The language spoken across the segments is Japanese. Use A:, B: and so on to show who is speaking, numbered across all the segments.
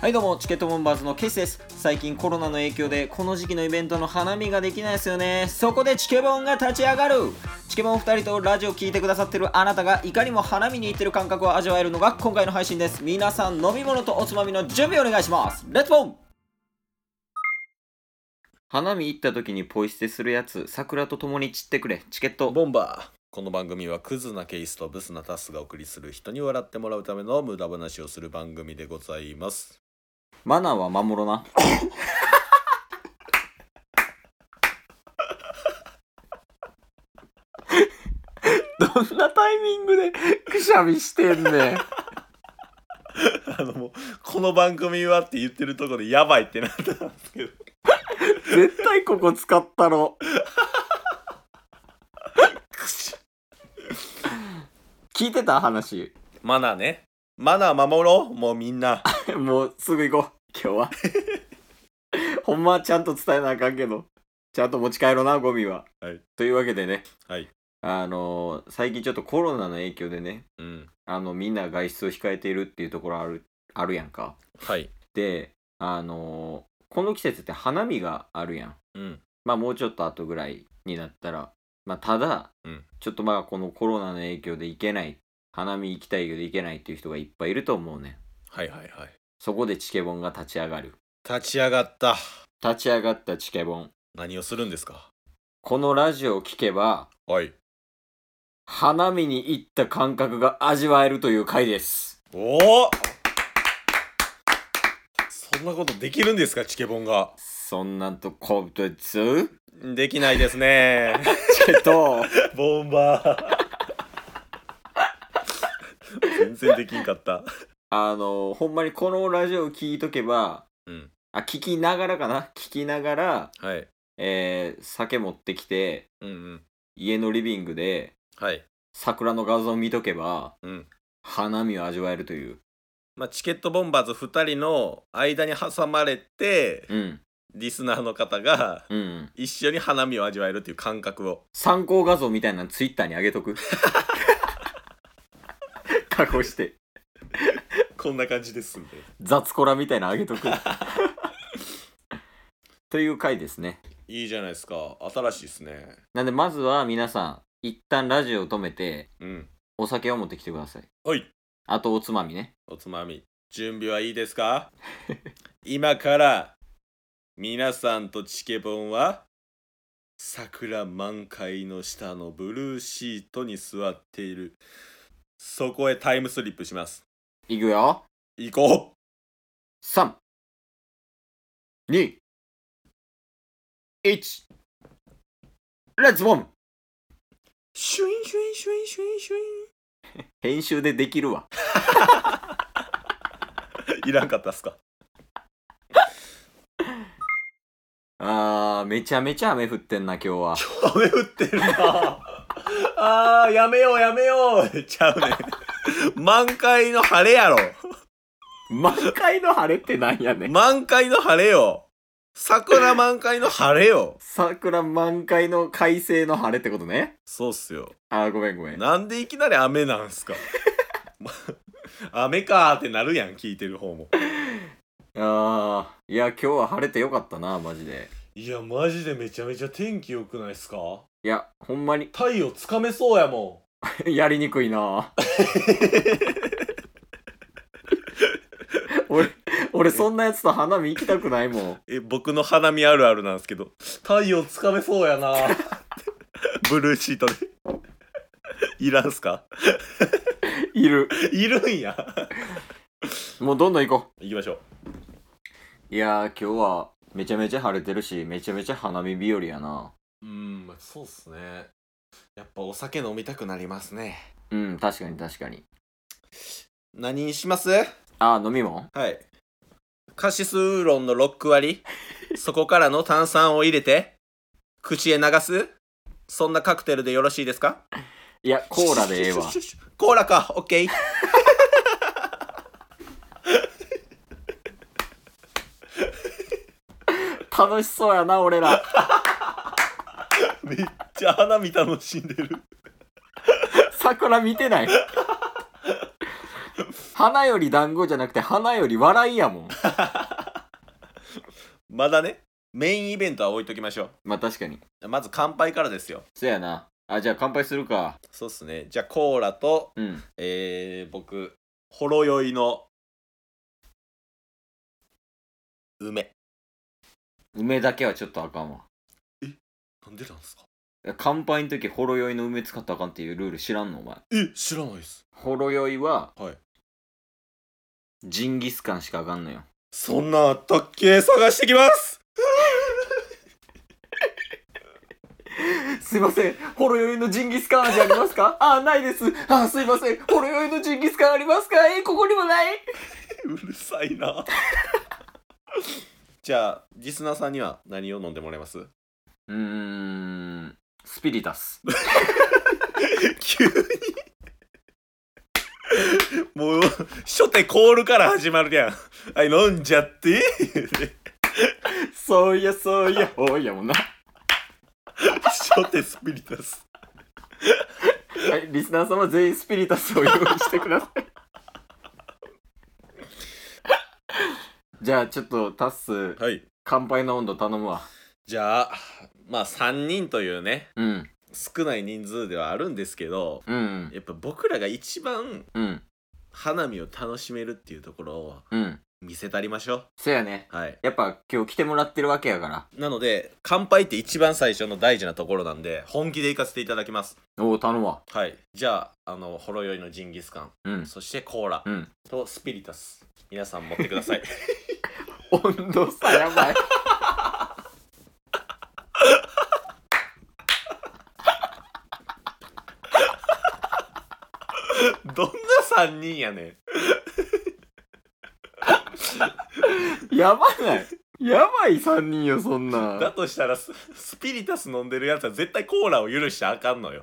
A: はいどうもチケットボンバーズのケイスです最近コロナの影響でこの時期のイベントの花見ができないですよねそこでチケボンが立ち上がるチケボン2人とラジオ聞いてくださってるあなたがいかにも花見に行ってる感覚を味わえるのが今回の配信です皆さん飲み物とおつまみの準備お願いしますレッツボン花見行った時にポイ捨てするやつ桜と共に散ってくれチケット
B: ボンバーこの番組はクズなケイスとブスなタスがお送りする人に笑ってもらうための無駄話をする番組でございます
A: マナーは守ろなどんなタイミングでくしゃみしてんねん
B: あのもうこの番組はって言ってるところでやばいってなったんですけど
A: 絶対ここ使ったろ聞いてた話
B: マナーねマナー守ろうもうみんな
A: もうすぐ行こう今日は ほんまはちゃんと伝えなあかんけどちゃんと持ち帰ろうなゴミは、
B: はい
A: というわけでね
B: はい
A: あのー最近ちょっとコロナの影響でね
B: うん
A: あのみんな外出を控えているっていうところあるあるやんか
B: はい
A: であのーこの季節って花見があるやん
B: うん
A: まあもうちょっと後ぐらいになったら、まあただ、
B: うん
A: ちょっとまあこのコロナの影響で行けない、花見行きたいけど行けないっていう人がいっぱいいると思うねん。
B: はいはいはい
A: そこでチケボンが立ち上がる。
B: 立ち上がった
A: 立ち上がったチケボン。
B: 何をするんですか
A: このラジオを聞けば、
B: はい
A: 花見に行った感覚が味わえるという回です。
B: おおそんなことできるんですかチケボンが
A: そんなんとこぶとつ
B: できないですね
A: チケ と、
B: ボンバー全然できんかった。
A: あの、ほんまにこのラジオを聞いとけば、
B: うん。
A: あ、聞きながらかな聞きながら、
B: はい。
A: えー酒持ってきて、
B: うんうん。
A: 家のリビングで
B: はい。
A: 桜の画像を見とけば
B: うん。
A: 花見を味わえるという
B: まあ、チケットボンバーズ2人の間に挟まれて、
A: うん
B: リスナーの方が
A: うん
B: 一緒に花見を味わえるっていう感覚を。
A: 参考画像みたいなのツイッターに上げと く 加工して
B: こんな感じですんで。
A: 雑コラみたいなの上げと くという回ですね
B: いいじゃないですか。新しいですね。
A: なんでまずは皆さん一旦ラジオを止めて
B: うん。
A: お酒を持ってきてください
B: はい。
A: あとおつまみね
B: おつまみ。準備はいいですか 今から皆さんとチケボンは桜満開の下のブルーシートに座っているそこへタイムスリップします
A: いくよ
B: 行こ
A: 321レッツボン
B: うシュインシュインシュインシュインシュ
A: 編集でできるわ
B: インいらんかったっすか
A: あーめちゃめちゃ雨降ってんな今日は
B: 雨降ってるな あーやめようやめようちゃうねん満開の晴れやろ
A: 満開の晴れってなんやねん
B: 満開の晴れよ桜満開の晴れよ
A: 桜満開の快晴の晴れってことね
B: そうっすよ。
A: あーごめんごめん
B: なんでいきなり雨なんすか ま雨かーってなるやん、聞いてる方も。
A: あーいや今日は晴れてよかったなマジで
B: いや、マジでめちゃめちゃ天気良くないっすか
A: いやほんまに
B: 太陽つかめそうやも
A: やりにくい な俺俺そんなやつと花見行きたくないもん
B: ん。え、僕の花見あるあるなんですけど、太陽つかめそうやな ブルーシートで。いらんすか
A: いる
B: いるんや。
A: もうどんどん行こ
B: 行きましょう。
A: ういやー今日はめちゃめちゃ晴れてるしめちゃめちゃ花見日和やな
B: うん、そうっすね。やっぱお酒飲みたくなりますね。
A: うん確かに確かに
B: 何にします
A: あー飲み物
B: はい。カシスウーロンの6割、そこからの炭酸を入れて、口へ流すそんなカクテルでよろしいですか
A: いやコーラでええわ。
B: コーラか、オッケー。
A: 楽しそうやな俺ら
B: めっちゃ花見楽しんでる。
A: 桜見てない花より団子じゃなくて花より笑いやもん
B: まだねメインイベントは置いときましょ
A: まあ確かに
B: うまず乾杯からですよ
A: そやなあじゃあ乾杯するか
B: そうっすねじゃあコーラと
A: うん
B: えー、僕ほろ酔いの梅
A: 梅だけはちょっとあかんわ
B: なんでなんですか
A: いや乾杯の時ほろ酔いの梅使ったらあかんっていうルール知らんのお前
B: え知らないです
A: ほろ酔いは
B: はい
A: ジンギスカンしかあかんのよ
B: そんなんあったっけ探してき ます
A: すいませんほろ酔いのジンギスカン味あります かあないですあすいませんほろ酔いのジンギスカンありますかえここにもないう
B: るさいな じゃあリスナーさんには何を飲んでもらえます
A: うーんスピリタス
B: 急に もう初手コールから始まるやんはい飲んじゃって言うて
A: そういやそういや おいやもんな
B: 初手スピリタス
A: はいリスナー様全員スピリタスを用意してくださいじゃあちょっとタッス
B: はい
A: 乾杯の温度頼むわ
B: じゃあまあ3人というね
A: うん
B: 少ない人数ではあるんですけど
A: うん
B: やっぱ僕らが一番
A: うん
B: 花見を楽しめるっていうところを
A: うん
B: 見せたりましょ
A: そやね
B: うはい
A: やっぱ今日来てもらってるわけやか
B: なので乾杯って一番最初の大事なところなんで本気で行かせていただきます
A: らおお頼むわ
B: はいじゃああのほろ酔いのジンギスカン
A: うん
B: そしてコーラ
A: うん
B: とスピリタス皆さん持ってください
A: 温度差やばい
B: どんな3人やねん
A: やばないやばい3人よそんな
B: だとしたらススピリタス飲んでるやつは絶対コーラを許しちゃあかんのよ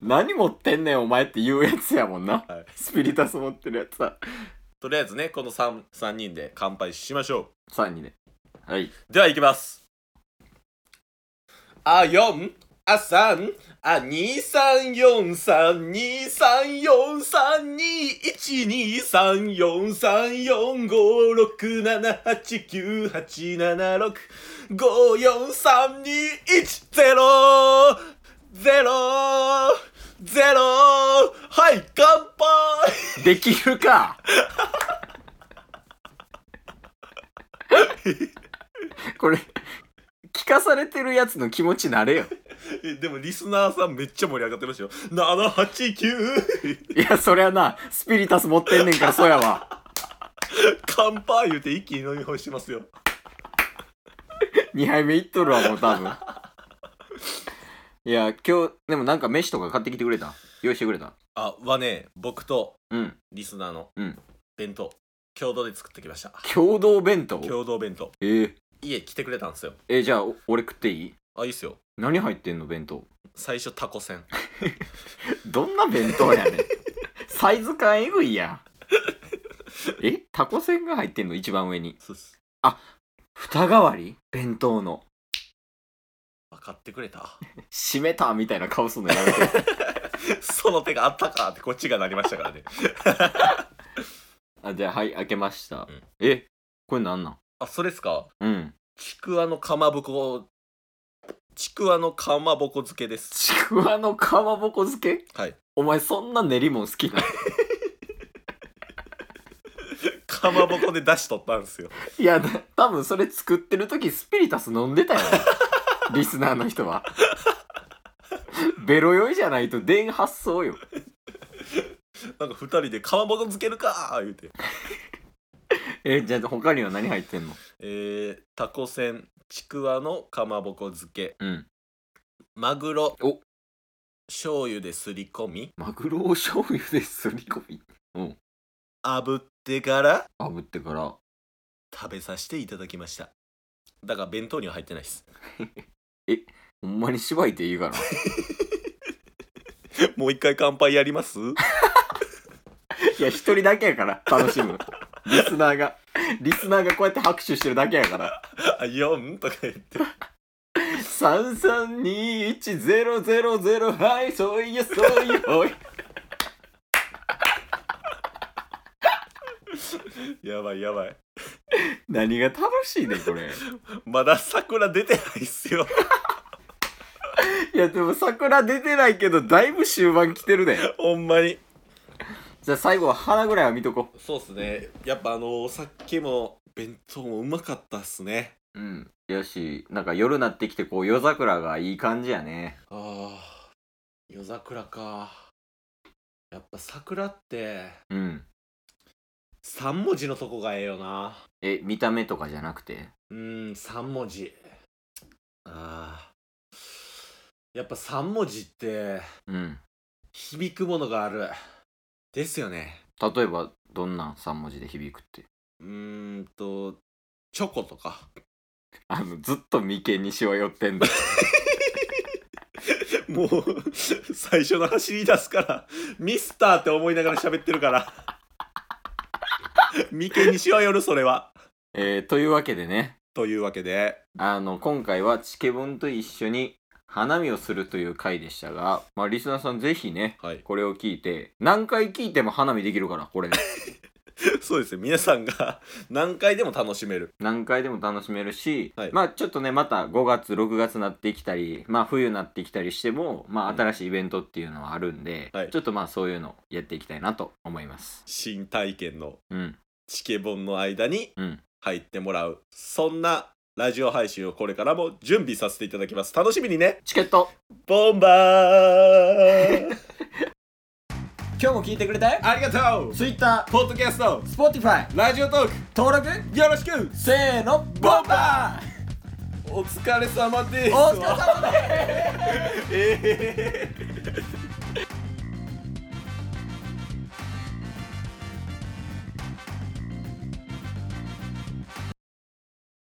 A: 何持ってんねんお前って言うやつやもんな、
B: はい
A: スピリタス持ってるやつだ
B: とりあえずねこの 3, 3人で乾杯しましょ
A: 3人ではいう
B: ではいきますあ4あ3あ2 3 4 3 2 3 4 3 2 1 2 3 4 3 4 5 6 7 8 9 8 7 6 5 4 3 2 1 0 0 0はい乾杯
A: できるか これ聞かされてるやつの気持ちなれよ
B: えでもリスナーさんめっちゃ盛り上がってましたよ。789
A: いやそりゃなスピリタス持ってんねんからそやわ
B: 乾杯言うて一気に飲み干してますよ。
A: 2杯目いっとるわもう多分いや今日でもなんか飯とか買ってきてくれた用意してくれた
B: あ、はね、僕と
A: うん
B: リスナーの
A: うん
B: 弁当、共同で作ってきました。
A: 共同弁当
B: 共同弁当。
A: えー、
B: 家来てくれたんですよ。
A: えじゃあお俺食っていい
B: あ、いいっすよ。
A: 何入ってんの弁当
B: 最初タコせん。
A: どんな弁当やねんサイズ感えぐいやんえタコせんが入ってんの一番上に
B: そうっす。
A: 蓋代わり弁当の
B: 分かってくれた。
A: 閉めたみたいな顔すんのやめて
B: その手があったかってこっちがなりましたからね。
A: あじゃあはい開けました、
B: うん
A: えこれなんなん
B: あ、それっすか
A: うん
B: ちくわのかまぼこ、ちくわのかまぼこ漬けです。
A: ちくわのかまぼこ漬け
B: はい。
A: お前そんな練り物好きなの
B: かまぼこで出しとったんですよ。
A: いやだ多分それ作ってる時スピリタス飲んでたよリスナーの人はベロ酔いじゃないと電発想よ
B: なんか二人でかまぼこ漬けるかー言うて。
A: えじゃあ他には何入ってんの
B: えー、タコせん、ちくわのかまぼこ漬け、
A: うん
B: マグロ、
A: お
B: 醤油ですり込み、
A: マグロを醤油ですり込み
B: 炙ってから
A: 炙ってから
B: 食べさせていただきました。だから弁当には入ってないです。
A: ほんまにしばいていいから
B: もう一回乾杯やります
A: いや一人だけやから楽しむ リスナーがリスナーがこうやって拍手してるだけやから
B: あ、4とか言って。
A: 3321000はいそういやそういやおい
B: やばいやばい
A: 何が楽しいねんこれ
B: まだ桜出てないっすよ
A: いやでも桜出てないけどだいぶ終盤来てるね
B: ほんまに
A: じゃあ最後は花ぐらいは見とこ
B: そうっすねやっぱあのお酒も弁当もうまかったっすね
A: ううんよしなんか夜なってきてこう夜桜がいい感じやね
B: ああ夜桜かやっぱ桜って
A: うん
B: 3文字のとこがええよな
A: え見た目とかじゃなくて
B: うーん3文字あーやっぱ3文字って
A: うん
B: 響くものがあるですよね
A: 例えばどんなん3文字で響くって
B: うーんとチョコとか
A: あのずっと眉間にしわ寄ってんだ
B: もう最初の走り出すからミスターって思いながら喋ってるから 眉間にしわよるそれは
A: えー、というわけでね
B: というわけで
A: あの今回はチケボンと一緒に花見をするという回でしたが、まあ、リスナーさんぜひね
B: はい
A: これを聞いて何回聞いても花見できるからこ れ
B: そうですね皆さんが 何回でも楽しめる
A: 何回でも楽しめるし、
B: はい
A: まあちょっとねまた5月6月なってきたりまあ冬なってきたりしてもまあ
B: うん
A: 新しいイベントっていうのはあるんで、
B: はい
A: ちょっとまあそういうのやっていきたいなと思います
B: 新体験の
A: うん
B: チケボンの間に
A: うん
B: 入ってもらうそんなラジオ配信をこれからも準備させていただきます楽しみにね
A: チケット
B: ボンバー
A: 今日も聞いてくれたよ
B: ありがとう
A: Twitter、
B: ポッドキャスト
A: Spotify
B: ラジオトー
A: 登録
B: クよろしく
A: せーのボンバ
B: お疲れ様です
A: ーお疲れ様です
B: えー